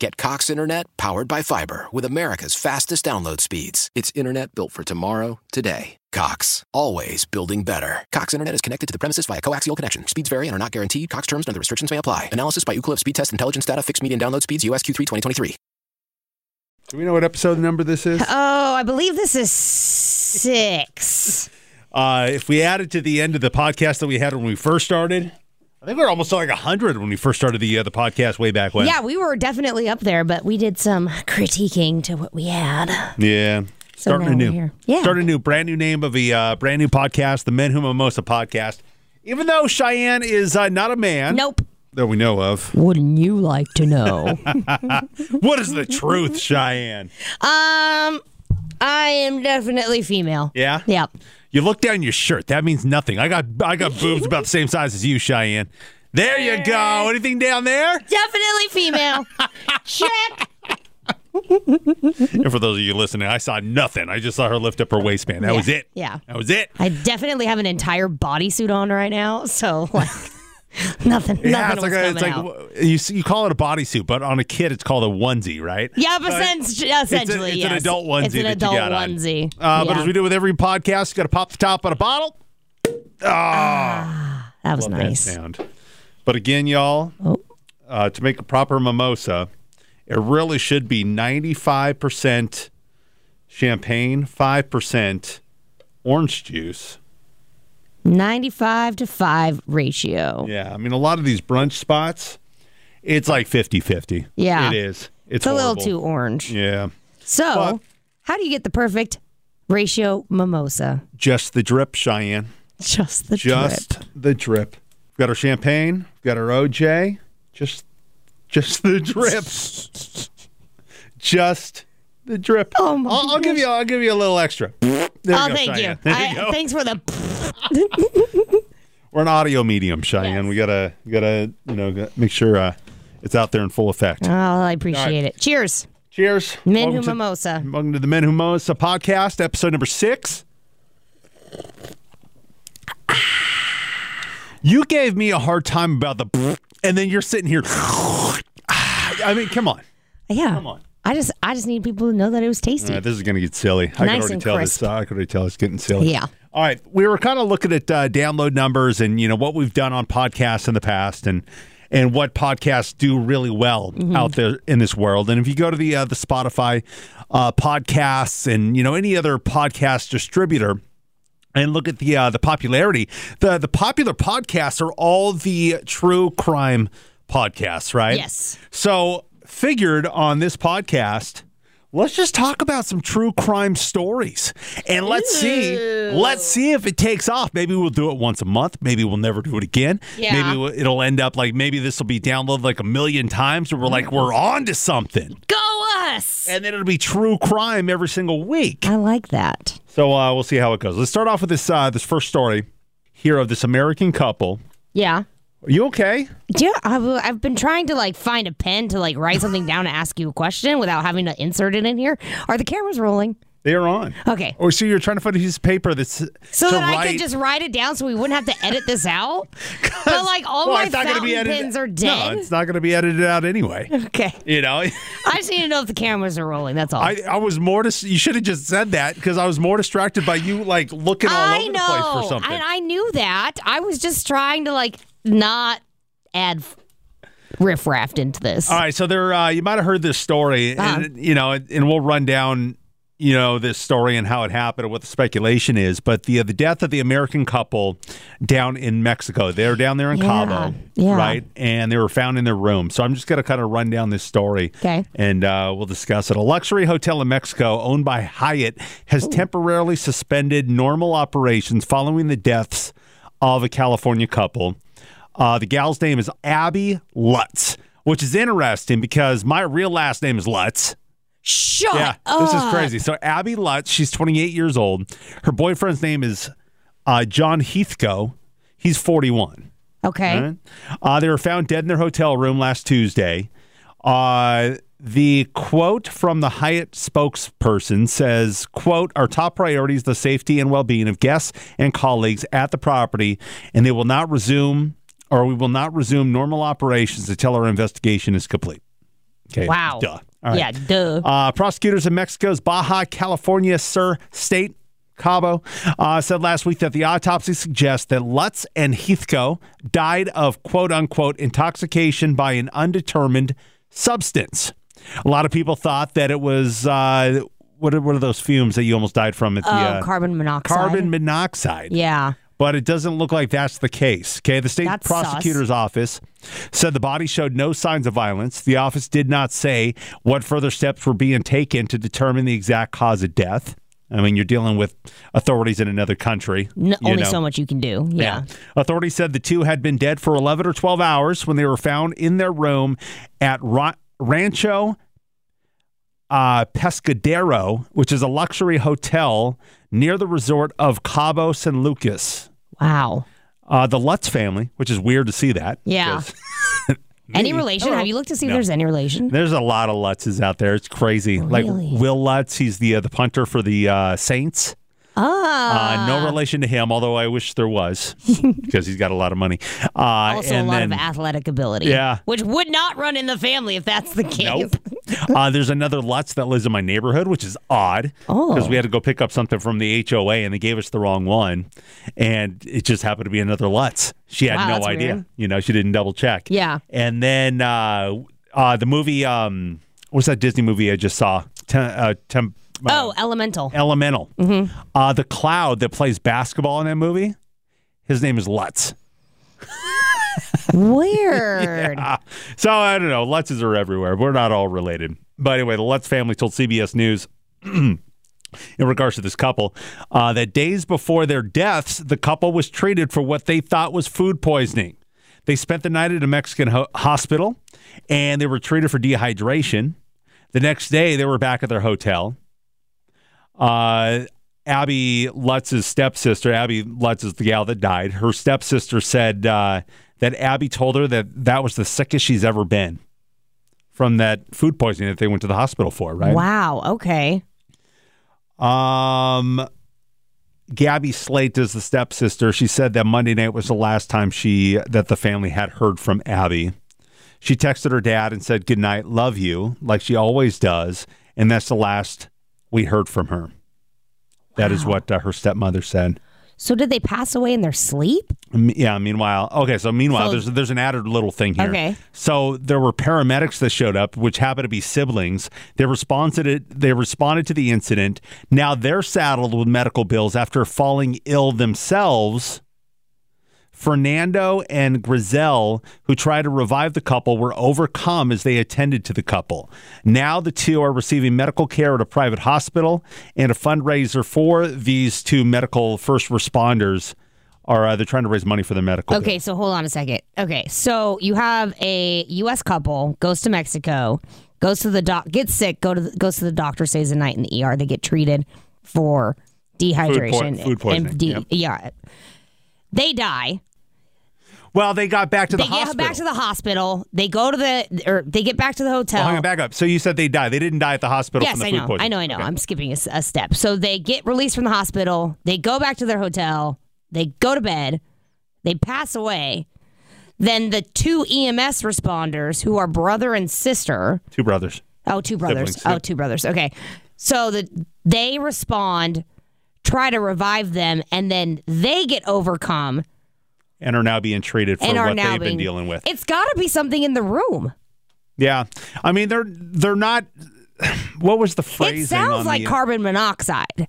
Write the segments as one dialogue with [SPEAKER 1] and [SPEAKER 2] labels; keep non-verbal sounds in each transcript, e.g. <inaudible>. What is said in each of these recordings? [SPEAKER 1] Get Cox Internet powered by fiber with America's fastest download speeds. It's internet built for tomorrow, today. Cox, always building better. Cox Internet is connected to the premises via coaxial connection. Speeds vary and are not guaranteed. Cox terms and other restrictions may apply. Analysis by Ookla Speed Test Intelligence Data. Fixed median download speeds. USQ3 2023.
[SPEAKER 2] Do we know what episode number this is?
[SPEAKER 3] Oh, I believe this is six.
[SPEAKER 2] <laughs> Uh, if we added to the end of the podcast that we had when we first started, I think we were almost at like 100 when we first started the uh, the podcast way back when.
[SPEAKER 3] yeah, we were definitely up there, but we did some critiquing to what we had.
[SPEAKER 2] Yeah.
[SPEAKER 3] So
[SPEAKER 2] Starting
[SPEAKER 3] now
[SPEAKER 2] a new,
[SPEAKER 3] we're here. Yeah.
[SPEAKER 2] starting a new, brand new name of a uh, brand new podcast, the Men Who Mimosa podcast. Even though Cheyenne is uh, not a man,
[SPEAKER 3] Nope.
[SPEAKER 2] that we know
[SPEAKER 3] <laughs>
[SPEAKER 2] of.
[SPEAKER 3] Wouldn't you like to know? <laughs> um,
[SPEAKER 2] what is the truth, Cheyenne?
[SPEAKER 3] I am definitely female.
[SPEAKER 2] Yeah?
[SPEAKER 3] Yep.
[SPEAKER 2] You look down your shirt. That means nothing. I got I got boobs about the same size as you, Cheyenne. There you go. Anything down there?
[SPEAKER 3] Definitely female. Check.
[SPEAKER 2] And for those of you listening, I saw nothing. I just saw her lift up her waistband. That
[SPEAKER 3] Yeah,
[SPEAKER 2] was it.
[SPEAKER 3] yeah.
[SPEAKER 2] That was it.
[SPEAKER 3] I definitely have an entire bodysuit on right now, so like <laughs> nothing.
[SPEAKER 2] Yeah,
[SPEAKER 3] nothing
[SPEAKER 2] it's
[SPEAKER 3] was
[SPEAKER 2] like, a,
[SPEAKER 3] coming
[SPEAKER 2] it's like
[SPEAKER 3] out.
[SPEAKER 2] w- you s- you call it a bodysuit, but on a kid it's called a onesie, right?
[SPEAKER 3] yeah,
[SPEAKER 2] But-
[SPEAKER 3] but since, essentially,
[SPEAKER 2] it's an
[SPEAKER 3] yes.
[SPEAKER 2] adult onesie
[SPEAKER 3] It's an
[SPEAKER 2] that you
[SPEAKER 3] adult
[SPEAKER 2] got on.
[SPEAKER 3] onesie.
[SPEAKER 2] Uh, But
[SPEAKER 3] Yeah.
[SPEAKER 2] as we do with every podcast, you got to pop the top on a bottle.
[SPEAKER 3] that was
[SPEAKER 2] Love that
[SPEAKER 3] nice. Oh.
[SPEAKER 2] sound. But again, y'all, uh, to make a proper mimosa, it really should be 95% champagne, 5% orange juice.
[SPEAKER 3] Ninety-five to five ratio.
[SPEAKER 2] Yeah, I mean, a lot of these brunch spots, it's like 50 50.
[SPEAKER 3] Yeah.
[SPEAKER 2] It is. It's,
[SPEAKER 3] It's a little
[SPEAKER 2] horrible.
[SPEAKER 3] too orange.
[SPEAKER 2] Yeah.
[SPEAKER 3] So,
[SPEAKER 2] But-
[SPEAKER 3] how do you get the perfect ratio mimosa? <laughs>
[SPEAKER 2] Just the drip, Cheyenne.
[SPEAKER 3] Just the
[SPEAKER 2] Just
[SPEAKER 3] drip.
[SPEAKER 2] the drip. We've got our champagne, we've got our OJ. Just just the drip. just the drip.
[SPEAKER 3] Oh my
[SPEAKER 2] I'll, I'll give you I'll give you a little extra. There you
[SPEAKER 3] Oh,
[SPEAKER 2] go,
[SPEAKER 3] thank you.
[SPEAKER 2] Cheyenne. <laughs> There
[SPEAKER 3] I-
[SPEAKER 2] you go.
[SPEAKER 3] Thanks for the.
[SPEAKER 2] <laughs>
[SPEAKER 3] <laughs>
[SPEAKER 2] We're an audio medium, Cheyenne. We gotta we gotta, you know, g- make sure uh, it's out there in full effect.
[SPEAKER 3] Oh, I appreciate it. Cheers,
[SPEAKER 2] Cheers.
[SPEAKER 3] men who
[SPEAKER 2] Welcome to-
[SPEAKER 3] mimosa.
[SPEAKER 2] Welcome to the Men Who Mimosa podcast, episode number six. You gave me a hard time about the, and then you're sitting here. I mean, come on.
[SPEAKER 3] Yeah.
[SPEAKER 2] Come on.
[SPEAKER 3] I just, I just need people to know that it was tasty.
[SPEAKER 2] All right, this is going to get silly. I can
[SPEAKER 3] Nice
[SPEAKER 2] already
[SPEAKER 3] and
[SPEAKER 2] tell
[SPEAKER 3] crisp.
[SPEAKER 2] this. I can already tell it's getting silly.
[SPEAKER 3] Yeah.
[SPEAKER 2] All right, we were kind of looking at uh, download numbers and you know what we've done on podcasts in the past and and what podcasts do really well
[SPEAKER 3] Mm-hmm.
[SPEAKER 2] out there in this world. And if you go to the uh, the Spotify uh, podcasts and you know any other podcast distributor. And look at the uh, the popularity. the The popular podcasts are all the true crime podcasts, right?
[SPEAKER 3] Yes.
[SPEAKER 2] So, figured on this podcast, let's just talk about some true crime stories and let's see let's see if it takes off. Maybe we'll do it once a month, maybe we'll never do it again.
[SPEAKER 3] Yeah.
[SPEAKER 2] Maybe we'll- it'll end up like maybe this will be downloaded like a million times and we're like we're
[SPEAKER 3] Mm-hmm.
[SPEAKER 2] on to something.
[SPEAKER 3] Go us.
[SPEAKER 2] And then it'll be true crime every single week.
[SPEAKER 3] I like that.
[SPEAKER 2] So, uh, we'll see how it goes. Let's start off with this uh, this first story here of this American couple.
[SPEAKER 3] Yeah.
[SPEAKER 2] Are you okay?
[SPEAKER 3] Yeah, I've, I've been trying to like find a pen to like write something down to ask you a question without having to insert it in here. Are the cameras rolling?
[SPEAKER 2] They are on.
[SPEAKER 3] Okay.
[SPEAKER 2] Or so you're trying to find a piece of paper that's
[SPEAKER 3] Uh, So
[SPEAKER 2] to
[SPEAKER 3] that I
[SPEAKER 2] write-
[SPEAKER 3] could just write it down so we wouldn't have to edit
[SPEAKER 2] <laughs>
[SPEAKER 3] this out? But like all
[SPEAKER 2] Well,
[SPEAKER 3] my
[SPEAKER 2] it's not gonna
[SPEAKER 3] fountain
[SPEAKER 2] be edited-
[SPEAKER 3] pens are
[SPEAKER 2] No,
[SPEAKER 3] dead.
[SPEAKER 2] it's not going to be edited out anyway.
[SPEAKER 3] <laughs> okay.
[SPEAKER 2] You know,
[SPEAKER 3] I just need to know if the cameras are rolling. That's all.
[SPEAKER 2] I, I was more. Dis- you should have just said that because I was more distracted by you like looking all
[SPEAKER 3] I
[SPEAKER 2] over
[SPEAKER 3] know.
[SPEAKER 2] the place for something.
[SPEAKER 3] And I knew that. I was just trying to like not add f- riffraff into this. Uh-huh.
[SPEAKER 2] all right, so there. Uh, you might have heard this story, and you know, and we'll run down you know this story and how it happened or what the speculation is, but the the death of the American couple down in Mexico. They're down there in
[SPEAKER 3] Yeah,
[SPEAKER 2] Cabo,
[SPEAKER 3] yeah.
[SPEAKER 2] right? And they were found in their room. So I'm just gonna kind of run down this story,
[SPEAKER 3] Okay.
[SPEAKER 2] And uh, we'll discuss it. A luxury hotel in Mexico owned by Hyatt has temporarily suspended normal operations following the deaths of a California couple. Uh, the gal's name is Abby Lutz, which is interesting because my real last name is Lutz.
[SPEAKER 3] Shut
[SPEAKER 2] Yeah,
[SPEAKER 3] up.
[SPEAKER 2] this is crazy. So Abby Lutz, she's 28 years old. Her boyfriend's name is uh, John Heathco. He's 41.
[SPEAKER 3] Okay.
[SPEAKER 2] All right. Uh, they were found dead in their hotel room last Tuesday. Uh, the quote from the Hyatt spokesperson says, quote, our top priority is the safety and well-being of guests and colleagues at the property, and they will not resume or we will not resume normal operations until our investigation is complete. Okay.
[SPEAKER 3] Wow.
[SPEAKER 2] Duh. All right.
[SPEAKER 3] Yeah, duh.
[SPEAKER 2] Uh, prosecutors in Mexico's Baja California Sur State. Cabo uh, said last week that the autopsy suggests that Lutz and Heathco died of quote unquote intoxication by an undetermined substance. A lot of people thought that it was uh, what, are, what are those fumes that you almost died from at the
[SPEAKER 3] Oh,
[SPEAKER 2] uh,
[SPEAKER 3] carbon monoxide.
[SPEAKER 2] carbon monoxide?
[SPEAKER 3] Yeah.
[SPEAKER 2] but it doesn't look like that's the case. Okay, the state
[SPEAKER 3] That's
[SPEAKER 2] prosecutor's office said the body showed no signs of violence. The office did not say what further steps were being taken to determine the exact cause of death. I mean, you're dealing with authorities in another country.
[SPEAKER 3] N-
[SPEAKER 2] you
[SPEAKER 3] only
[SPEAKER 2] know.
[SPEAKER 3] so much you can do. Yeah.
[SPEAKER 2] Authorities said the two had been dead for 11 or 12 hours when they were found in their room at Ra- Rancho uh, Pescadero, which is a luxury hotel near the resort of Cabo San Lucas.
[SPEAKER 3] Wow.
[SPEAKER 2] Uh, the Lutz family, which is weird to see that.
[SPEAKER 3] Yeah.
[SPEAKER 2] because
[SPEAKER 3] Any relation?
[SPEAKER 2] Oh.
[SPEAKER 3] Have you looked to see if there's any relation?
[SPEAKER 2] There's a lot of Lutzes out there. It's crazy. Like
[SPEAKER 3] Really?
[SPEAKER 2] Will Lutz, he's the uh, the punter for the uh, Saints. Uh,
[SPEAKER 3] Ah.
[SPEAKER 2] no relation to him, although I wish there
[SPEAKER 3] <laughs>
[SPEAKER 2] was because he's got a lot of money. Uh,
[SPEAKER 3] also, a
[SPEAKER 2] and
[SPEAKER 3] lot
[SPEAKER 2] then,
[SPEAKER 3] of athletic ability.
[SPEAKER 2] Yeah.
[SPEAKER 3] Which would not run in the family if that's the
[SPEAKER 2] <laughs>
[SPEAKER 3] case.
[SPEAKER 2] Nope. uh, there's another Lutz that lives in my neighborhood, which is odd
[SPEAKER 3] Oh.
[SPEAKER 2] because we had to go pick up something from the HOA and they gave us the wrong one, and it just happened to be another Lutz. She had
[SPEAKER 3] Wow,
[SPEAKER 2] no
[SPEAKER 3] that's
[SPEAKER 2] idea.
[SPEAKER 3] weird.
[SPEAKER 2] You know, she didn't double check.
[SPEAKER 3] Yeah.
[SPEAKER 2] And then uh, uh, the movie, um, what's that Disney movie I just saw? Tem- uh, Tem- uh,
[SPEAKER 3] Oh, Mm-hmm. elemental.
[SPEAKER 2] Elemental. Uh, the cloud that plays basketball in that movie, his name is Lutz. <laughs>
[SPEAKER 3] Weird.
[SPEAKER 2] Ah, so I don't know. Lutzes are everywhere. We're not all related. But anyway, the Lutz family told CBS News in regards to this couple uh, that days before their deaths, the couple was treated for what they thought was food poisoning. They spent the night at a Mexican ho- hospital and they were treated for dehydration. The next day, they were back at their hotel. Uh, Abby Lutz's stepsister, Abby Lutz is the gal that died. Her stepsister said uh, that Abby told her that that was the sickest she's ever been from that food poisoning that they went to the hospital for, right?
[SPEAKER 3] Wow. Okay.
[SPEAKER 2] Um, Gabby Slate is the stepsister. She said that Monday night was the last time she that the family had heard from Abby. She texted her dad and said, "Good night, love you," like she always does, and that's the last we heard from her. That is what uh, her stepmother said.
[SPEAKER 3] So did they pass away in their sleep?
[SPEAKER 2] M- Yeah. Meanwhile, okay. So meanwhile,
[SPEAKER 3] So-
[SPEAKER 2] there's there's an added little thing here.
[SPEAKER 3] Okay.
[SPEAKER 2] So there were paramedics that showed up, which happened to be siblings. They responded. To, they responded to the incident. Now they're saddled with medical bills after falling ill themselves. Fernando and Grizel, who tried to revive the couple, were overcome as they attended to the couple. Now the two are receiving medical care at a private hospital, and a fundraiser for these two medical first responders are uh, they're trying to raise money for their medical.
[SPEAKER 3] Okay, so hold on a second. Okay, so you have a U.S. couple goes to Mexico, goes to the doc, gets sick, go to the, goes to the doctor, stays the night in the ER. They get treated for dehydration,
[SPEAKER 2] food poisoning,
[SPEAKER 3] and de-
[SPEAKER 2] yep.
[SPEAKER 3] yeah, they die.
[SPEAKER 2] bill. Well, they got back to the
[SPEAKER 3] they
[SPEAKER 2] hospital.
[SPEAKER 3] get back to the hospital. They go to the or they get back to the hotel.
[SPEAKER 2] Well, hang on, back up. So you said they died. They didn't die at the hospital
[SPEAKER 3] yes,
[SPEAKER 2] from the
[SPEAKER 3] I
[SPEAKER 2] food
[SPEAKER 3] know.
[SPEAKER 2] poisoning.
[SPEAKER 3] I know. I know. I'm skipping a, s- a step. So they get released from the hospital. They go back to their hotel. They go to bed. They pass away. Then the two EMS responders, who are brother and sister,
[SPEAKER 2] Two brothers.
[SPEAKER 3] oh, two brothers,
[SPEAKER 2] Siblings, yeah.
[SPEAKER 3] oh, two brothers. Okay, so that they respond, try to revive them, and then they get overcome
[SPEAKER 2] And are now being treated for
[SPEAKER 3] and are
[SPEAKER 2] what
[SPEAKER 3] now
[SPEAKER 2] they've
[SPEAKER 3] being
[SPEAKER 2] been dealing with.
[SPEAKER 3] It's got to be something in the room.
[SPEAKER 2] Yeah, I mean they're they're not <sighs> what was the phrasing?
[SPEAKER 3] It sounds
[SPEAKER 2] on
[SPEAKER 3] like
[SPEAKER 2] the- uh,
[SPEAKER 3] carbon monoxide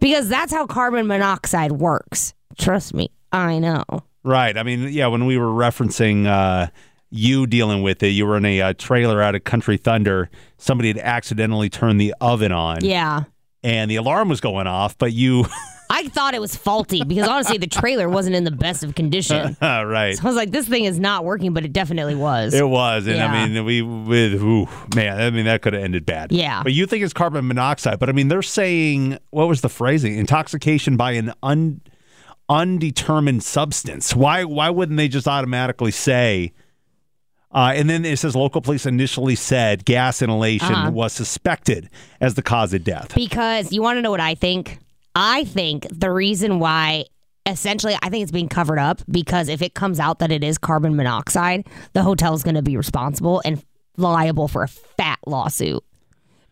[SPEAKER 3] because that's how carbon monoxide works. Trust me, I know.
[SPEAKER 2] right. I mean, yeah, when we were referencing uh, you dealing with it, you were in a uh, trailer out of Country Thunder. Somebody had accidentally turned the oven on,
[SPEAKER 3] Yeah.
[SPEAKER 2] and the alarm was going off, but you, <laughs>
[SPEAKER 3] I thought it was faulty because honestly, the trailer wasn't in the best
[SPEAKER 2] <laughs>
[SPEAKER 3] of condition.
[SPEAKER 2] right.
[SPEAKER 3] So I was like, this thing is not working, but it definitely was.
[SPEAKER 2] It was, and I
[SPEAKER 3] Yeah.
[SPEAKER 2] mean, we with ooh, man, I mean that could have ended bad.
[SPEAKER 3] Yeah.
[SPEAKER 2] but you think it's carbon monoxide, but I mean they're saying what was the phrasing? Intoxication by an un, undetermined substance. Why? Why wouldn't they just automatically say? Uh, and then it says local police initially said gas inhalation
[SPEAKER 3] Uh-huh.
[SPEAKER 2] was suspected as the cause of death.
[SPEAKER 3] Because you want to know what I think? I think the reason why essentially I think it's being covered up because if it comes out that it is carbon monoxide, the hotel is going to be responsible and liable for a fat lawsuit.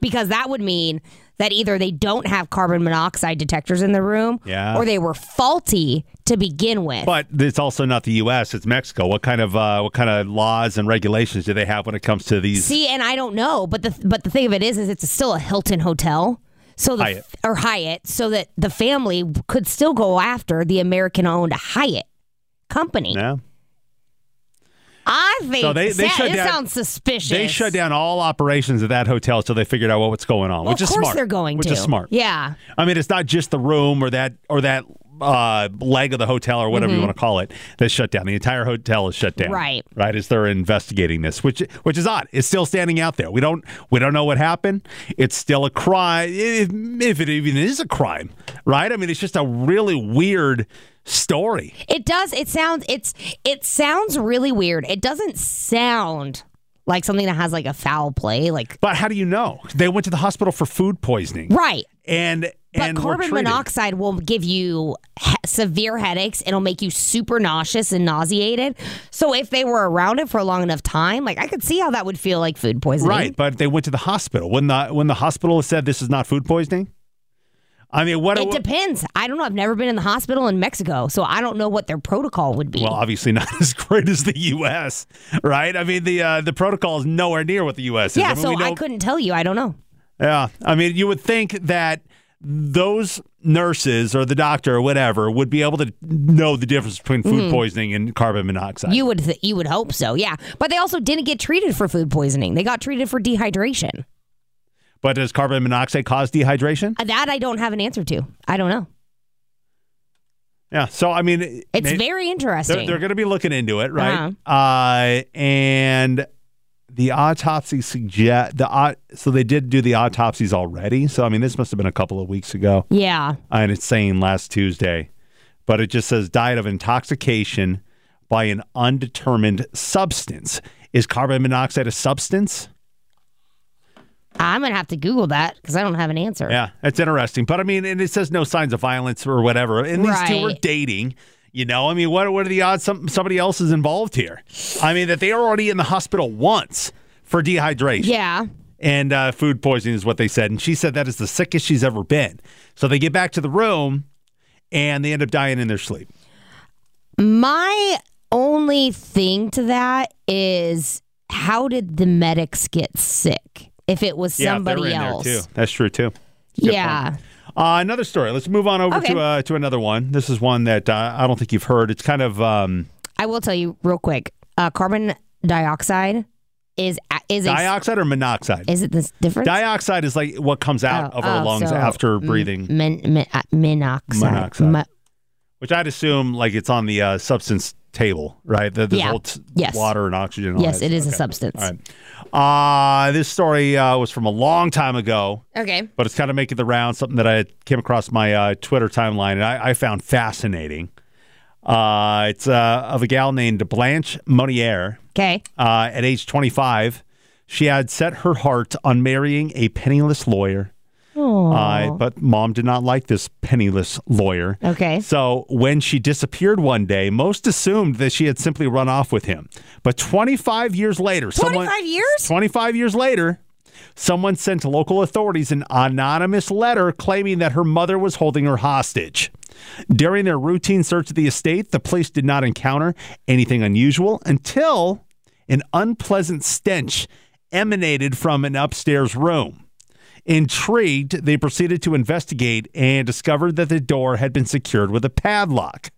[SPEAKER 3] Because that would mean that either they don't have carbon monoxide detectors in the room
[SPEAKER 2] Yeah.
[SPEAKER 3] or they were faulty to begin with.
[SPEAKER 2] But it's also not the U.S. It's Mexico. What kind of uh, what kind of laws and regulations do they have when it comes to these?
[SPEAKER 3] See, and I don't know, but the but the thing of it is, is it's still a Hilton hotel, so the
[SPEAKER 2] Hyatt.
[SPEAKER 3] or Hyatt, so that the family could still go after the American-owned Hyatt company.
[SPEAKER 2] Yeah.
[SPEAKER 3] I think
[SPEAKER 2] So they- they
[SPEAKER 3] that,
[SPEAKER 2] shut
[SPEAKER 3] it
[SPEAKER 2] down-
[SPEAKER 3] sounds suspicious.
[SPEAKER 2] They shut down all operations at that hotel until they figured out what was going on,
[SPEAKER 3] Well,
[SPEAKER 2] which
[SPEAKER 3] of
[SPEAKER 2] is
[SPEAKER 3] course
[SPEAKER 2] smart.
[SPEAKER 3] they're going
[SPEAKER 2] which
[SPEAKER 3] to.
[SPEAKER 2] is smart.
[SPEAKER 3] Yeah,
[SPEAKER 2] I mean, it's not just the room or that or that uh, leg of the hotel or whatever you want to call it that's shut down. The entire hotel is shut down.
[SPEAKER 3] Mm-hmm. Right.
[SPEAKER 2] Right. As they're investigating this, which which is odd. It's still standing out there. We don't we don't know what happened. It's still a crime, if, if it even is a crime. Right. I mean, it's just a really weird story.
[SPEAKER 3] it does. It sounds it's it sounds really weird. It doesn't sound like something that has like a foul play, like
[SPEAKER 2] But how do you know? They went to the hospital for food poisoning
[SPEAKER 3] right.
[SPEAKER 2] and
[SPEAKER 3] But
[SPEAKER 2] and were
[SPEAKER 3] carbon
[SPEAKER 2] treated.
[SPEAKER 3] monoxide will give you he- severe headaches. It'll make you super nauseous and nauseated. So if they were around it for a long enough time, like I could see how that would feel like food poisoning.
[SPEAKER 2] Right, but they went to the hospital. When the when the hospital said this is not food poisoning, I mean, what?
[SPEAKER 3] It depends. I don't know. I've never been in the hospital in Mexico, so I don't know what their protocol would be.
[SPEAKER 2] well, obviously <laughs> not as great as the U.S. Right? I mean, the uh, the protocol is nowhere near what the U.S.
[SPEAKER 3] yeah,
[SPEAKER 2] is. mean,
[SPEAKER 3] so
[SPEAKER 2] we
[SPEAKER 3] I
[SPEAKER 2] know-
[SPEAKER 3] couldn't tell you. I don't know.
[SPEAKER 2] Yeah, I mean, you would think that those nurses or the doctor or whatever would be able to know the difference between food poisoning and carbon monoxide.
[SPEAKER 3] Mm-hmm. You would th- you would hope so. Yeah, but they also didn't get treated for food poisoning. They got treated for dehydration.
[SPEAKER 2] but does carbon monoxide cause dehydration?
[SPEAKER 3] Uh, That I don't have an answer to. I don't know.
[SPEAKER 2] Yeah. So I mean, it's
[SPEAKER 3] It's very interesting.
[SPEAKER 2] They're, they're going to be looking into it, right? uh and the autopsy suggest the au- so they did do the autopsies already. So I mean, this must have been a couple of weeks ago,
[SPEAKER 3] yeah.
[SPEAKER 2] and it's saying last Tuesday, but it just says died of intoxication by an undetermined substance. Is carbon monoxide a substance?
[SPEAKER 3] I'm going to have to Google that because I don't have an answer.
[SPEAKER 2] Yeah, that's interesting. But I mean, and it says no signs of violence or whatever. And these two were
[SPEAKER 3] Right.
[SPEAKER 2] dating. You know, I mean, what what are the odds some, somebody else is involved here? I mean, that they are already in the hospital once for dehydration
[SPEAKER 3] Yeah.
[SPEAKER 2] and uh, food poisoning is what they said. And she said that is the sickest she's ever been. So they get back to the room and they end up dying in their sleep.
[SPEAKER 3] My only thing to that is how did the medics get sick if it was somebody
[SPEAKER 2] yeah, they're in
[SPEAKER 3] else?
[SPEAKER 2] there too. That's true too.
[SPEAKER 3] yeah.
[SPEAKER 2] Uh, another story. Let's move on over
[SPEAKER 3] Okay.
[SPEAKER 2] to uh, to another one. This is one that uh, I don't think you've heard. It's kind of um,
[SPEAKER 3] I will tell you real quick. Uh, carbon dioxide is a- is a,
[SPEAKER 2] dioxide or monoxide.
[SPEAKER 3] is it this different?
[SPEAKER 2] <laughs> Dioxide is like what comes out
[SPEAKER 3] Oh,
[SPEAKER 2] of our
[SPEAKER 3] oh,
[SPEAKER 2] lungs
[SPEAKER 3] so
[SPEAKER 2] after breathing,
[SPEAKER 3] Min, min, uh, monoxide.
[SPEAKER 2] Monoxide.
[SPEAKER 3] Mo-
[SPEAKER 2] which I'd assume like it's on the uh, substance table, right? The, this
[SPEAKER 3] Yeah.
[SPEAKER 2] whole t-
[SPEAKER 3] Yes.
[SPEAKER 2] water and oxygen. and all
[SPEAKER 3] yes,
[SPEAKER 2] that
[SPEAKER 3] it is a
[SPEAKER 2] stuff.
[SPEAKER 3] substance.
[SPEAKER 2] Okay. All right. Uh, this story uh, was from a long time ago,
[SPEAKER 3] Okay.
[SPEAKER 2] but it's kind of making the round, something that I came across my uh, Twitter timeline and I, I found fascinating. Uh, it's uh, of a gal named Blanche Monnier.
[SPEAKER 3] Okay.
[SPEAKER 2] uh, at age 25. She had set her heart on marrying a penniless lawyer. Uh, but mom did not like this penniless lawyer.
[SPEAKER 3] Okay.
[SPEAKER 2] So when she disappeared one day, most assumed that she had simply run off with him. But 25 years later,
[SPEAKER 3] 25 years?
[SPEAKER 2] 25 years later, someone sent local authorities an anonymous letter claiming that her mother was holding her hostage. During their routine search of the estate, the police did not encounter anything unusual until an unpleasant stench emanated from an upstairs room. Intrigued, they proceeded to investigate and discovered that the door had been secured with a padlock.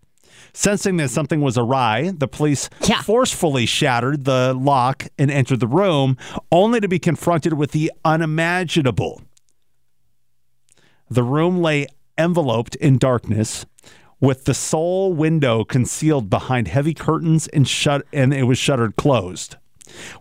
[SPEAKER 2] Sensing that something was awry, the police
[SPEAKER 3] Yeah.
[SPEAKER 2] forcefully shattered the lock and entered the room, only to be confronted with the unimaginable. The room lay enveloped in darkness, with the sole window concealed behind heavy curtains and shut and it was shuttered closed.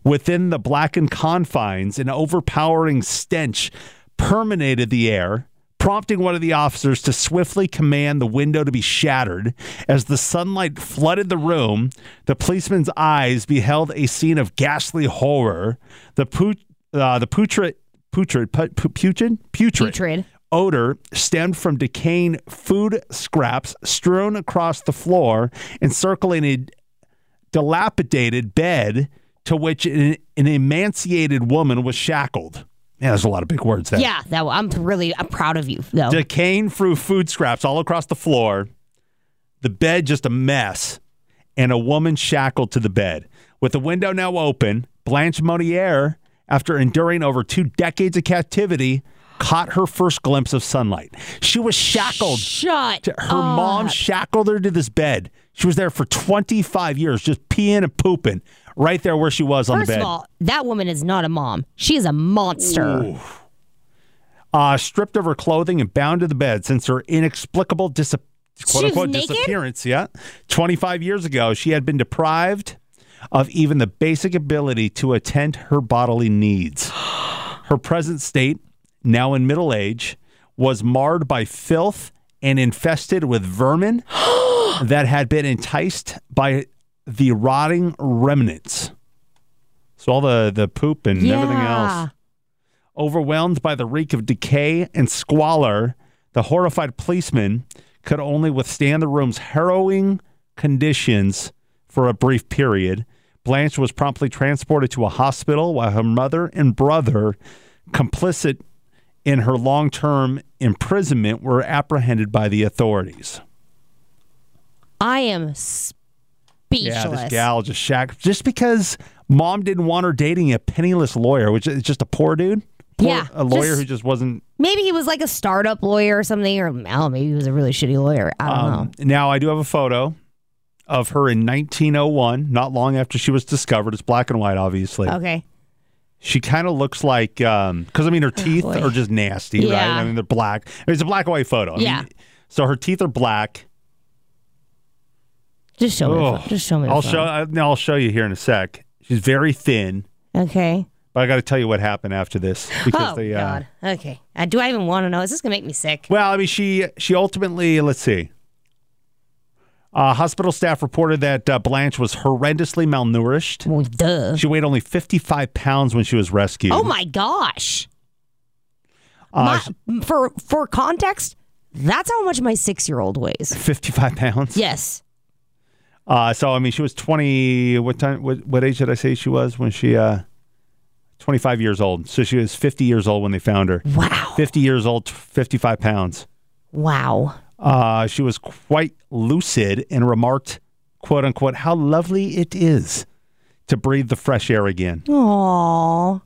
[SPEAKER 2] Within the blackened confines, an overpowering stench permeated the air, prompting one of the officers to swiftly command the window to be shattered. As the sunlight flooded the room, the policeman's eyes beheld a scene of ghastly horror. The put, uh, the putrid, putrid, put, put, putrid, putrid,
[SPEAKER 3] Putrid.
[SPEAKER 2] odor stemmed from decaying food scraps strewn across the floor, encircling a dilapidated bed to which an, an emaciated woman was shackled. Yeah, there's a lot of big words there.
[SPEAKER 3] Yeah, that I'm really I'm proud of you though.
[SPEAKER 2] Decaying through food scraps all across the floor, the bed just a mess, and a woman shackled to the bed. With the window now open, Blanche Monnier, after enduring over two decades of captivity, caught her first glimpse of sunlight. She was shackled.
[SPEAKER 3] Shut.
[SPEAKER 2] to- her mom shackled her to this bed. She was there for 25 years, just peeing and pooping right there where she was on
[SPEAKER 3] First
[SPEAKER 2] the bed.
[SPEAKER 3] of all, that woman is not a mom. She is a monster.
[SPEAKER 2] uh, stripped of her clothing and bound to the bed since her inexplicable dis- quote
[SPEAKER 3] was
[SPEAKER 2] unquote
[SPEAKER 3] naked?
[SPEAKER 2] disappearance. Yeah. 25 years ago, she had been deprived of even the basic ability to attend her bodily needs. Her present state, now in middle age, was marred by filth and infested with vermin that had been enticed by the rotting remnants. So all the, the poop and everything else. Overwhelmed by the reek of decay and squalor, the horrified policeman could only withstand the room's harrowing conditions for a brief period. Blanche was promptly transported to a hospital while her mother and brother, complicit in her long term imprisonment, were apprehended by the authorities.
[SPEAKER 3] I am speechless.
[SPEAKER 2] Yeah, this gal just shack just because mom didn't want her dating a penniless lawyer, which is just a poor dude. Poor,
[SPEAKER 3] Yeah,
[SPEAKER 2] a lawyer
[SPEAKER 3] just-
[SPEAKER 2] who just wasn't
[SPEAKER 3] Maybe he was like a startup lawyer or something, or oh, maybe he was a really shitty lawyer. I don't know.
[SPEAKER 2] Um, now I do have a photo of her in 1901, not long after she was discovered. It's black and white, obviously.
[SPEAKER 3] Okay.
[SPEAKER 2] She kind of looks like because I mean her teeth
[SPEAKER 3] Oh, boy.
[SPEAKER 2] are just nasty,
[SPEAKER 3] Yeah.
[SPEAKER 2] right? I mean they're black. I mean, it's a black and white photo. I mean,
[SPEAKER 3] Yeah.
[SPEAKER 2] so her teeth are black.
[SPEAKER 3] Just show me. The
[SPEAKER 2] Ugh.
[SPEAKER 3] phone. Just show me. The
[SPEAKER 2] I'll
[SPEAKER 3] phone.
[SPEAKER 2] show. I, no, I'll show you here in a sec. She's very thin,
[SPEAKER 3] Okay.
[SPEAKER 2] but I got to tell you what happened after
[SPEAKER 3] <laughs>
[SPEAKER 2] this because
[SPEAKER 3] oh
[SPEAKER 2] they. Uh,
[SPEAKER 3] God. Okay. Uh, do I even want to know? Is this gonna make me sick?
[SPEAKER 2] Well, I mean, she she ultimately let's see. Uh, hospital staff reported that uh, Blanche was horrendously malnourished.
[SPEAKER 3] Well, duh.
[SPEAKER 2] She weighed only 55 pounds when she was rescued.
[SPEAKER 3] Oh my gosh.
[SPEAKER 2] Uh,
[SPEAKER 3] My-
[SPEAKER 2] she-
[SPEAKER 3] for for context, that's how much my six year old weighs.
[SPEAKER 2] 55 pounds.
[SPEAKER 3] Yes.
[SPEAKER 2] Uh, so I mean, she was 20. What time? What, what age did I say she was when she? Uh, 25 years old. So she was 50 years old when they found her.
[SPEAKER 3] Wow.
[SPEAKER 2] 50 years old, 55 pounds.
[SPEAKER 3] Wow.
[SPEAKER 2] Uh, she was quite lucid and remarked, "quote unquote," how lovely it is to breathe the fresh air again.
[SPEAKER 3] Aww.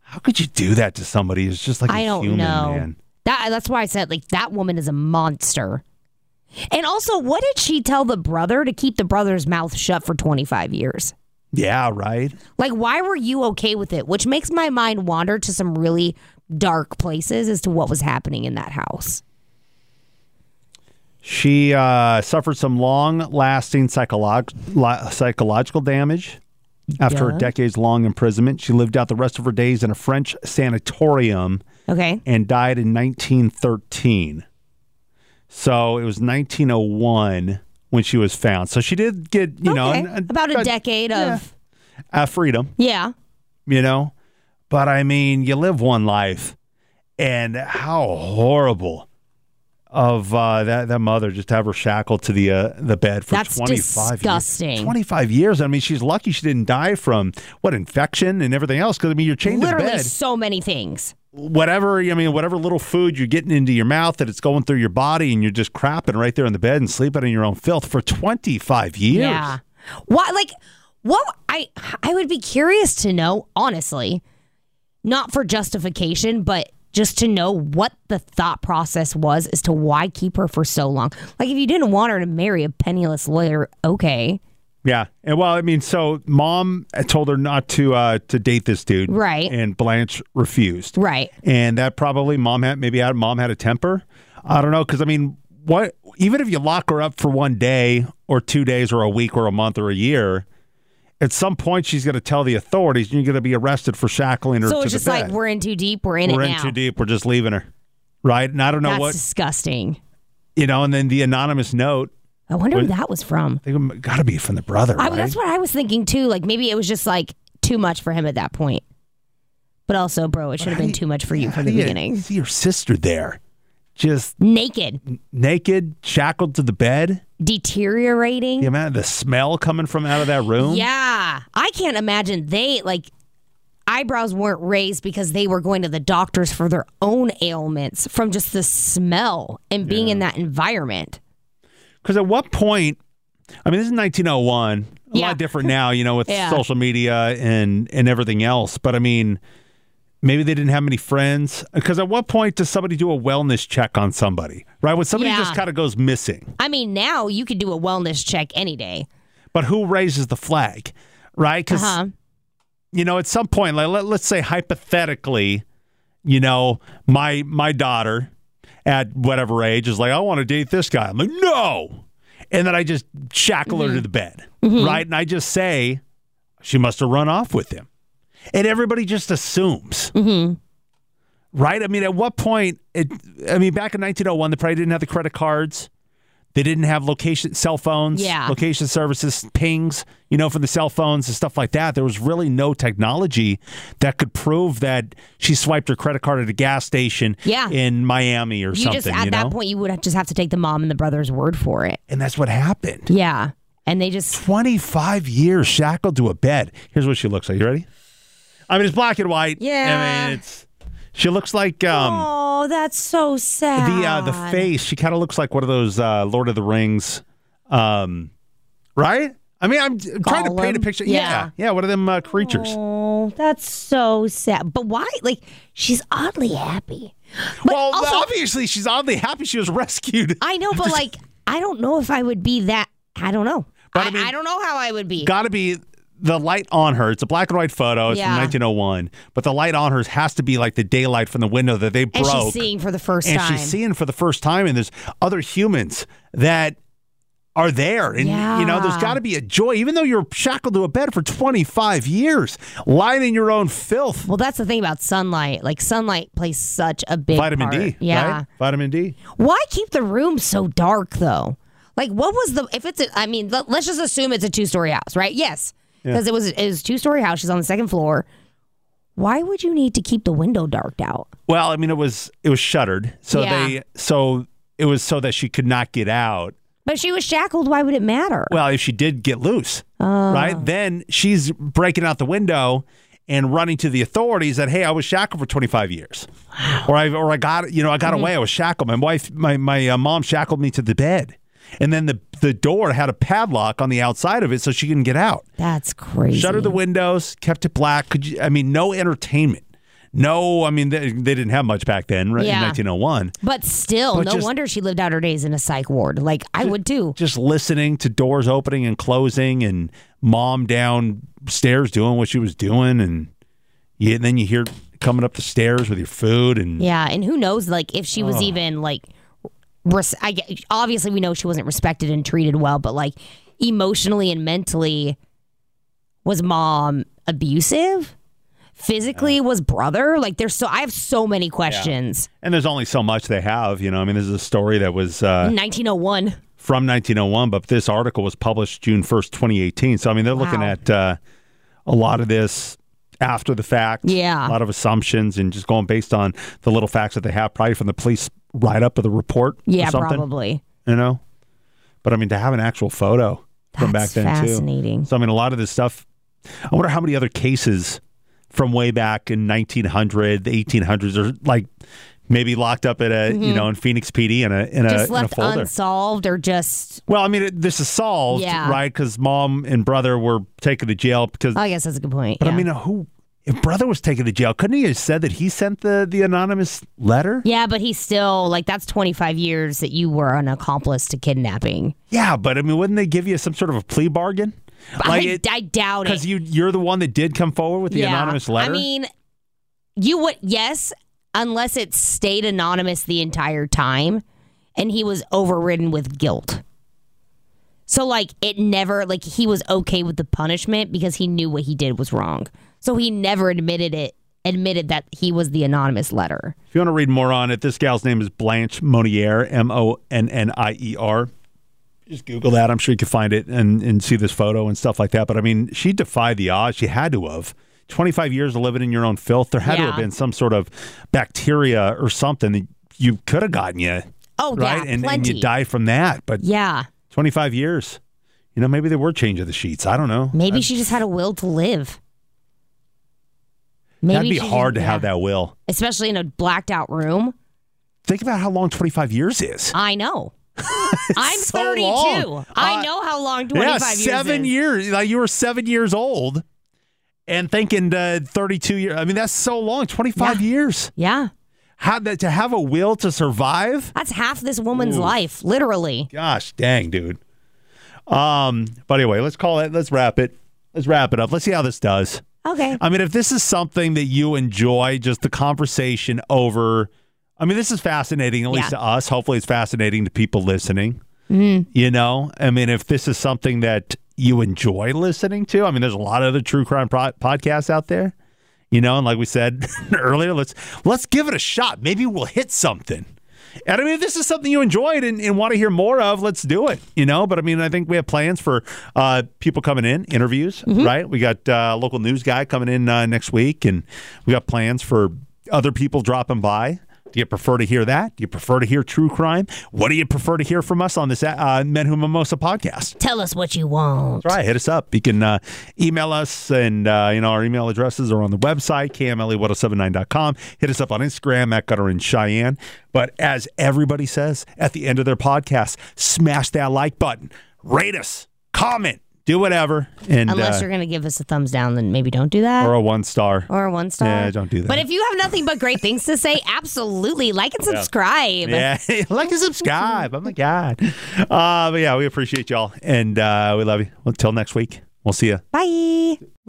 [SPEAKER 2] How could you do that to somebody? who's just like a
[SPEAKER 3] I don't
[SPEAKER 2] human,
[SPEAKER 3] know.
[SPEAKER 2] man.
[SPEAKER 3] That that's why I said like that woman is a monster. And also, what did she tell the brother to keep the brother's mouth shut for 25 years?
[SPEAKER 2] Yeah, right.
[SPEAKER 3] Like, why were you okay with it? Which makes my mind wander to some really dark places as to what was happening in that house.
[SPEAKER 2] She uh, suffered some long-lasting psycholog- li- psychological damage after her
[SPEAKER 3] Yeah.
[SPEAKER 2] decades-long imprisonment. She lived out the rest of her days in a French sanatorium
[SPEAKER 3] Okay.
[SPEAKER 2] and died in 1913. So it was 1901 when she was found. So she did get, you know,
[SPEAKER 3] okay.
[SPEAKER 2] an- an-
[SPEAKER 3] about a decade of
[SPEAKER 2] uh, freedom,
[SPEAKER 3] yeah.
[SPEAKER 2] you know. But I mean, you live one life, and how horrible of uh, that that mother just to have her shackled to the uh, the bed for
[SPEAKER 3] That's
[SPEAKER 2] 25 years.
[SPEAKER 3] disgusting.
[SPEAKER 2] 25 years. I mean, she's lucky she didn't die from what infection and everything else. Because I mean, you're chained
[SPEAKER 3] Literally
[SPEAKER 2] to the bed.
[SPEAKER 3] so many things.
[SPEAKER 2] Whatever I mean, whatever little food you're getting into your mouth that it's going through your body, and you're just crapping right there in the bed and sleeping in your own filth for 25 years.
[SPEAKER 3] Yeah. Why? Like, what? I I would be curious to know, honestly, not for justification, but just to know what the thought process was as to why keep her for so long. Like, if you didn't want her to marry a penniless lawyer, okay.
[SPEAKER 2] Yeah, and well, I mean, so mom told her not to uh, to date this dude,
[SPEAKER 3] Right.
[SPEAKER 2] And Blanche refused,
[SPEAKER 3] Right.
[SPEAKER 2] And that probably mom had maybe had mom had a temper. I don't know because I mean, what even if you lock her up for one day or two days or a week or a month or a year, at some point she's going to tell the authorities, and you're going to be arrested for shackling her.
[SPEAKER 3] So
[SPEAKER 2] to
[SPEAKER 3] it's
[SPEAKER 2] the
[SPEAKER 3] just like,
[SPEAKER 2] bed.
[SPEAKER 3] we're in too deep. We're in
[SPEAKER 2] we're
[SPEAKER 3] it
[SPEAKER 2] in
[SPEAKER 3] now.
[SPEAKER 2] too deep. We're just leaving her, right? And I don't know
[SPEAKER 3] That's
[SPEAKER 2] what
[SPEAKER 3] disgusting.
[SPEAKER 2] you know. And then the anonymous note,
[SPEAKER 3] I wonder who
[SPEAKER 2] What-
[SPEAKER 3] that was from.
[SPEAKER 2] they got to be from the brother,
[SPEAKER 3] I,
[SPEAKER 2] right?
[SPEAKER 3] That's what I was thinking too. Like, maybe it was just like too much for him at that point. But also, bro, it should have
[SPEAKER 2] how
[SPEAKER 3] been
[SPEAKER 2] do
[SPEAKER 3] too much for you
[SPEAKER 2] How
[SPEAKER 3] from
[SPEAKER 2] do
[SPEAKER 3] the
[SPEAKER 2] you
[SPEAKER 3] beginning.
[SPEAKER 2] See your sister there, just
[SPEAKER 3] Naked,
[SPEAKER 2] naked, shackled to the bed.
[SPEAKER 3] deteriorating.
[SPEAKER 2] The amount of the smell coming from out of that room.
[SPEAKER 3] Mm. Yeah. I can't imagine they like eyebrows weren't raised because they were going to the doctors for their own ailments from just the smell and being in that environment.
[SPEAKER 2] Because at what point? I mean, this is 1901. A
[SPEAKER 3] Yeah.
[SPEAKER 2] lot different now, you know, with
[SPEAKER 3] <laughs> Yeah.
[SPEAKER 2] social media and and everything else. But I mean, maybe they didn't have many friends. Because at what point does somebody do a wellness check on somebody? Right? When somebody
[SPEAKER 3] Yeah.
[SPEAKER 2] just kind of goes missing.
[SPEAKER 3] I mean, now you could do a wellness check any day.
[SPEAKER 2] But who raises the flag? Right? Because
[SPEAKER 3] Uh-huh.
[SPEAKER 2] you know, at some point, like let, let's say hypothetically, you know, my my daughter at whatever age is like, I want to date this guy. I'm like, no, and then I just shackle her to the bed, right? And I just say she must have run off with him, and everybody just assumes, right? I mean, at what point? It, I mean, back in 1901, they probably didn't have the credit cards. They didn't have location cell phones,
[SPEAKER 3] Yeah.
[SPEAKER 2] location services, pings, you know, from the cell phones and stuff like that. There was really no technology that could prove that she swiped her credit card at a gas station
[SPEAKER 3] Yeah.
[SPEAKER 2] in Miami or
[SPEAKER 3] You
[SPEAKER 2] something,
[SPEAKER 3] just at
[SPEAKER 2] you know?
[SPEAKER 3] that point you would have, just have to take the mom and the brother's word for it.
[SPEAKER 2] And that's what happened.
[SPEAKER 3] Yeah. And they just
[SPEAKER 2] 25 years shackled to a bed. Here's what she looks like. You ready? I mean, it's black and white. I
[SPEAKER 3] Yeah.
[SPEAKER 2] mean, it's she looks like um
[SPEAKER 3] Oh, that's so sad.
[SPEAKER 2] the uh, the face. She kind of looks like one of those uh, Lord of the Rings um right? I mean, I'm I'm trying to paint a
[SPEAKER 3] Gollum?
[SPEAKER 2] picture.
[SPEAKER 3] Yeah.
[SPEAKER 2] Yeah. Yeah, one of them uh, creatures.
[SPEAKER 3] Oh, that's so sad. But why? Like, she's oddly happy. But
[SPEAKER 2] well,
[SPEAKER 3] also,
[SPEAKER 2] obviously she's oddly happy she was rescued.
[SPEAKER 3] <laughs> I know, but like, I don't know if I would be that. I don't know.
[SPEAKER 2] But,
[SPEAKER 3] I,
[SPEAKER 2] I mean-
[SPEAKER 3] I don't know how I would be.
[SPEAKER 2] Got to be the light on her. It's a black and white photo. It's
[SPEAKER 3] Yeah.
[SPEAKER 2] from 1901, but the light on hers has to be like the daylight from the window that they
[SPEAKER 3] and
[SPEAKER 2] broke.
[SPEAKER 3] she's seeing for the first
[SPEAKER 2] and
[SPEAKER 3] time.
[SPEAKER 2] she's seeing for the first time and there's other humans that are there and you know there's
[SPEAKER 3] Yeah.
[SPEAKER 2] got to be a joy even though you're shackled to a bed for 25 years lying in your own filth
[SPEAKER 3] well, that's the thing about sunlight. Like, sunlight plays such a big
[SPEAKER 2] vitamin
[SPEAKER 3] part.
[SPEAKER 2] d
[SPEAKER 3] Yeah.
[SPEAKER 2] right? vitamin d
[SPEAKER 3] Why keep the room so dark though? Like, what was the? If it's, a, I mean, let, us just assume it's a two story house, right? Yes, because it was it was two story house. She's on the second floor. Why would you need to keep the window darked out?
[SPEAKER 2] well i mean it was it was shuttered so
[SPEAKER 3] Yeah.
[SPEAKER 2] they so it was so that she could not get out
[SPEAKER 3] But she was shackled. Why would it matter?
[SPEAKER 2] Well, if she did get loose, right? Then she's breaking out the window and running to the authorities that hey, I was shackled for 25 years, or I or I got you know I got away. I was shackled. My wife, my my uh, mom shackled me to the bed, and then the the door had a padlock on the outside of it so she couldn't get out.
[SPEAKER 3] That's crazy.
[SPEAKER 2] Shuttered the windows, kept it black. Could you? I mean, no entertainment. No, I mean they, they didn't have much back then, right?
[SPEAKER 3] Yeah.
[SPEAKER 2] In 1901.
[SPEAKER 3] But still,
[SPEAKER 2] But
[SPEAKER 3] no
[SPEAKER 2] just-
[SPEAKER 3] wonder she lived out her days in a psych ward. Like I would too.
[SPEAKER 2] just listening to doors opening and closing and mom downstairs doing what she was doing and you, then you hear coming up the stairs with your food and
[SPEAKER 3] Yeah, and who knows? Like if she was even like, res- I ge- obviously we know she wasn't respected and treated well, but like emotionally and mentally, was mom abusive? Physically, was brother? Like there's so I have so many questions.
[SPEAKER 2] and there's only so much they have you know i mean this is a story that was
[SPEAKER 3] Mm.
[SPEAKER 2] uh,
[SPEAKER 3] 1901.
[SPEAKER 2] from 1901 but this article was published june 1st 2018 so i mean they're looking
[SPEAKER 3] Wow.
[SPEAKER 2] at uh, a lot of this after the fact
[SPEAKER 3] Yeah.
[SPEAKER 2] a lot of assumptions and just going based on the little facts that they have probably from the police write-up of the report or
[SPEAKER 3] Yeah,
[SPEAKER 2] something.
[SPEAKER 3] probably.
[SPEAKER 2] you know. But I mean, to have an actual photo from back
[SPEAKER 3] That's
[SPEAKER 2] then
[SPEAKER 3] fascinating.
[SPEAKER 2] too. So I mean, a lot of this stuff. I wonder how many other cases from way back in 1900, the 1800s, are like maybe locked up at a you know in Phoenix PD in a in a,
[SPEAKER 3] Mm-hmm. Just
[SPEAKER 2] Uh, in a
[SPEAKER 3] left
[SPEAKER 2] folder.
[SPEAKER 3] unsolved or just.
[SPEAKER 2] well, I mean, it, this is solved,
[SPEAKER 3] Yeah.
[SPEAKER 2] right? Because mom and brother were taken to jail because.
[SPEAKER 3] I guess that's a good point.
[SPEAKER 2] but I
[SPEAKER 3] yeah.
[SPEAKER 2] mean, uh, who if brother was taken to jail, couldn't he have said that he sent the the anonymous letter?
[SPEAKER 3] Yeah, but he's still like that's 25 years that you were an accomplice to kidnapping.
[SPEAKER 2] Yeah, but I mean, wouldn't they give you some sort of a plea bargain?
[SPEAKER 3] I, I doubt it.
[SPEAKER 2] because you you're the one that did come forward with the anonymous letter.
[SPEAKER 3] I mean, you would yes, unless it stayed anonymous the entire time, and he was overridden with guilt. So like it never like he was okay with the punishment because he knew what he did was wrong. So he never admitted it admitted that he was the anonymous letter.
[SPEAKER 2] If you want to read more on it, this gal's name is Blanche Monier, M O N N I E R. Just Google that. I'm sure you can find it and, and see this photo and stuff like that. But I mean, she defied the odds. She had to have. 25 years of living in your own filth. There had to have
[SPEAKER 3] Yeah.
[SPEAKER 2] been some sort of bacteria or something that you could have gotten you.
[SPEAKER 3] Oh
[SPEAKER 2] right?
[SPEAKER 3] yeah,
[SPEAKER 2] and, and
[SPEAKER 3] plenty.
[SPEAKER 2] you died from that. But
[SPEAKER 3] yeah,
[SPEAKER 2] 25 years. You know, maybe they were changing the sheets. I don't know.
[SPEAKER 3] maybe she just had a will to live. Maybe
[SPEAKER 2] That'd be
[SPEAKER 3] she just-
[SPEAKER 2] hard to
[SPEAKER 3] yeah.
[SPEAKER 2] have that will.
[SPEAKER 3] especially in a blacked out room.
[SPEAKER 2] Think about how long 25 years is. <laughs>
[SPEAKER 3] I know. I'm
[SPEAKER 2] so
[SPEAKER 3] 32.
[SPEAKER 2] long.
[SPEAKER 3] I
[SPEAKER 2] Uh,
[SPEAKER 3] know how long 25
[SPEAKER 2] yeah,
[SPEAKER 3] years
[SPEAKER 2] seven
[SPEAKER 3] is.
[SPEAKER 2] years. Like you were seven years old and thinking uh, 32 years. I mean, that's so long 25 years.
[SPEAKER 3] Yeah.
[SPEAKER 2] How that to have a will to survive?
[SPEAKER 3] That's half this woman's life, literally.
[SPEAKER 2] Gosh dang, dude. Um, but anyway, let's call it, let's wrap it. Let's wrap it up. Let's see how this does.
[SPEAKER 3] Okay.
[SPEAKER 2] I mean, if this is something that you enjoy, just the conversation over. I mean, this is fascinating, at least
[SPEAKER 3] Yeah.
[SPEAKER 2] to us. Hopefully, it's fascinating to people listening. You know, I mean, if this is something that you enjoy listening to, I mean, there's a lot of other true crime pro- podcasts out there. You know, and like we said <laughs> earlier, let's let's give it a shot. Maybe we'll hit something. And I mean, if this is something you enjoyed and, and want to hear more of, let's do it. You know, but I mean, I think we have plans for uh, people coming in, interviews, right? We got uh, local news guy coming in uh, next week, and we got plans for other people dropping by. Do you prefer to hear that? Do you prefer to hear true crime? What do you prefer to hear from us on this uh, Men Who Mimosa podcast?
[SPEAKER 3] Tell us what you want.
[SPEAKER 2] That's right. Hit us up. You can uh, email us, and uh, you know our email addresses are on the website, kmle1079.com. Hit us up on Instagram at Gutter and Cheyenne. But as everybody says at the end of their podcast, smash that like button, rate us, comment, do whatever, and
[SPEAKER 3] Unless
[SPEAKER 2] uh,
[SPEAKER 3] you're going to give us a thumbs down, then maybe don't do that.
[SPEAKER 2] or
[SPEAKER 3] Or,
[SPEAKER 2] a one star.
[SPEAKER 3] a one star.
[SPEAKER 2] Yeah, don't do that.
[SPEAKER 3] But if you have nothing but great things to say, absolutely like and subscribe.
[SPEAKER 2] Yeah, <laughs> like and subscribe. Oh my god. Uh, but yeah, we appreciate y'all, and uh, we love you. Until next week, we'll see you.
[SPEAKER 3] Bye.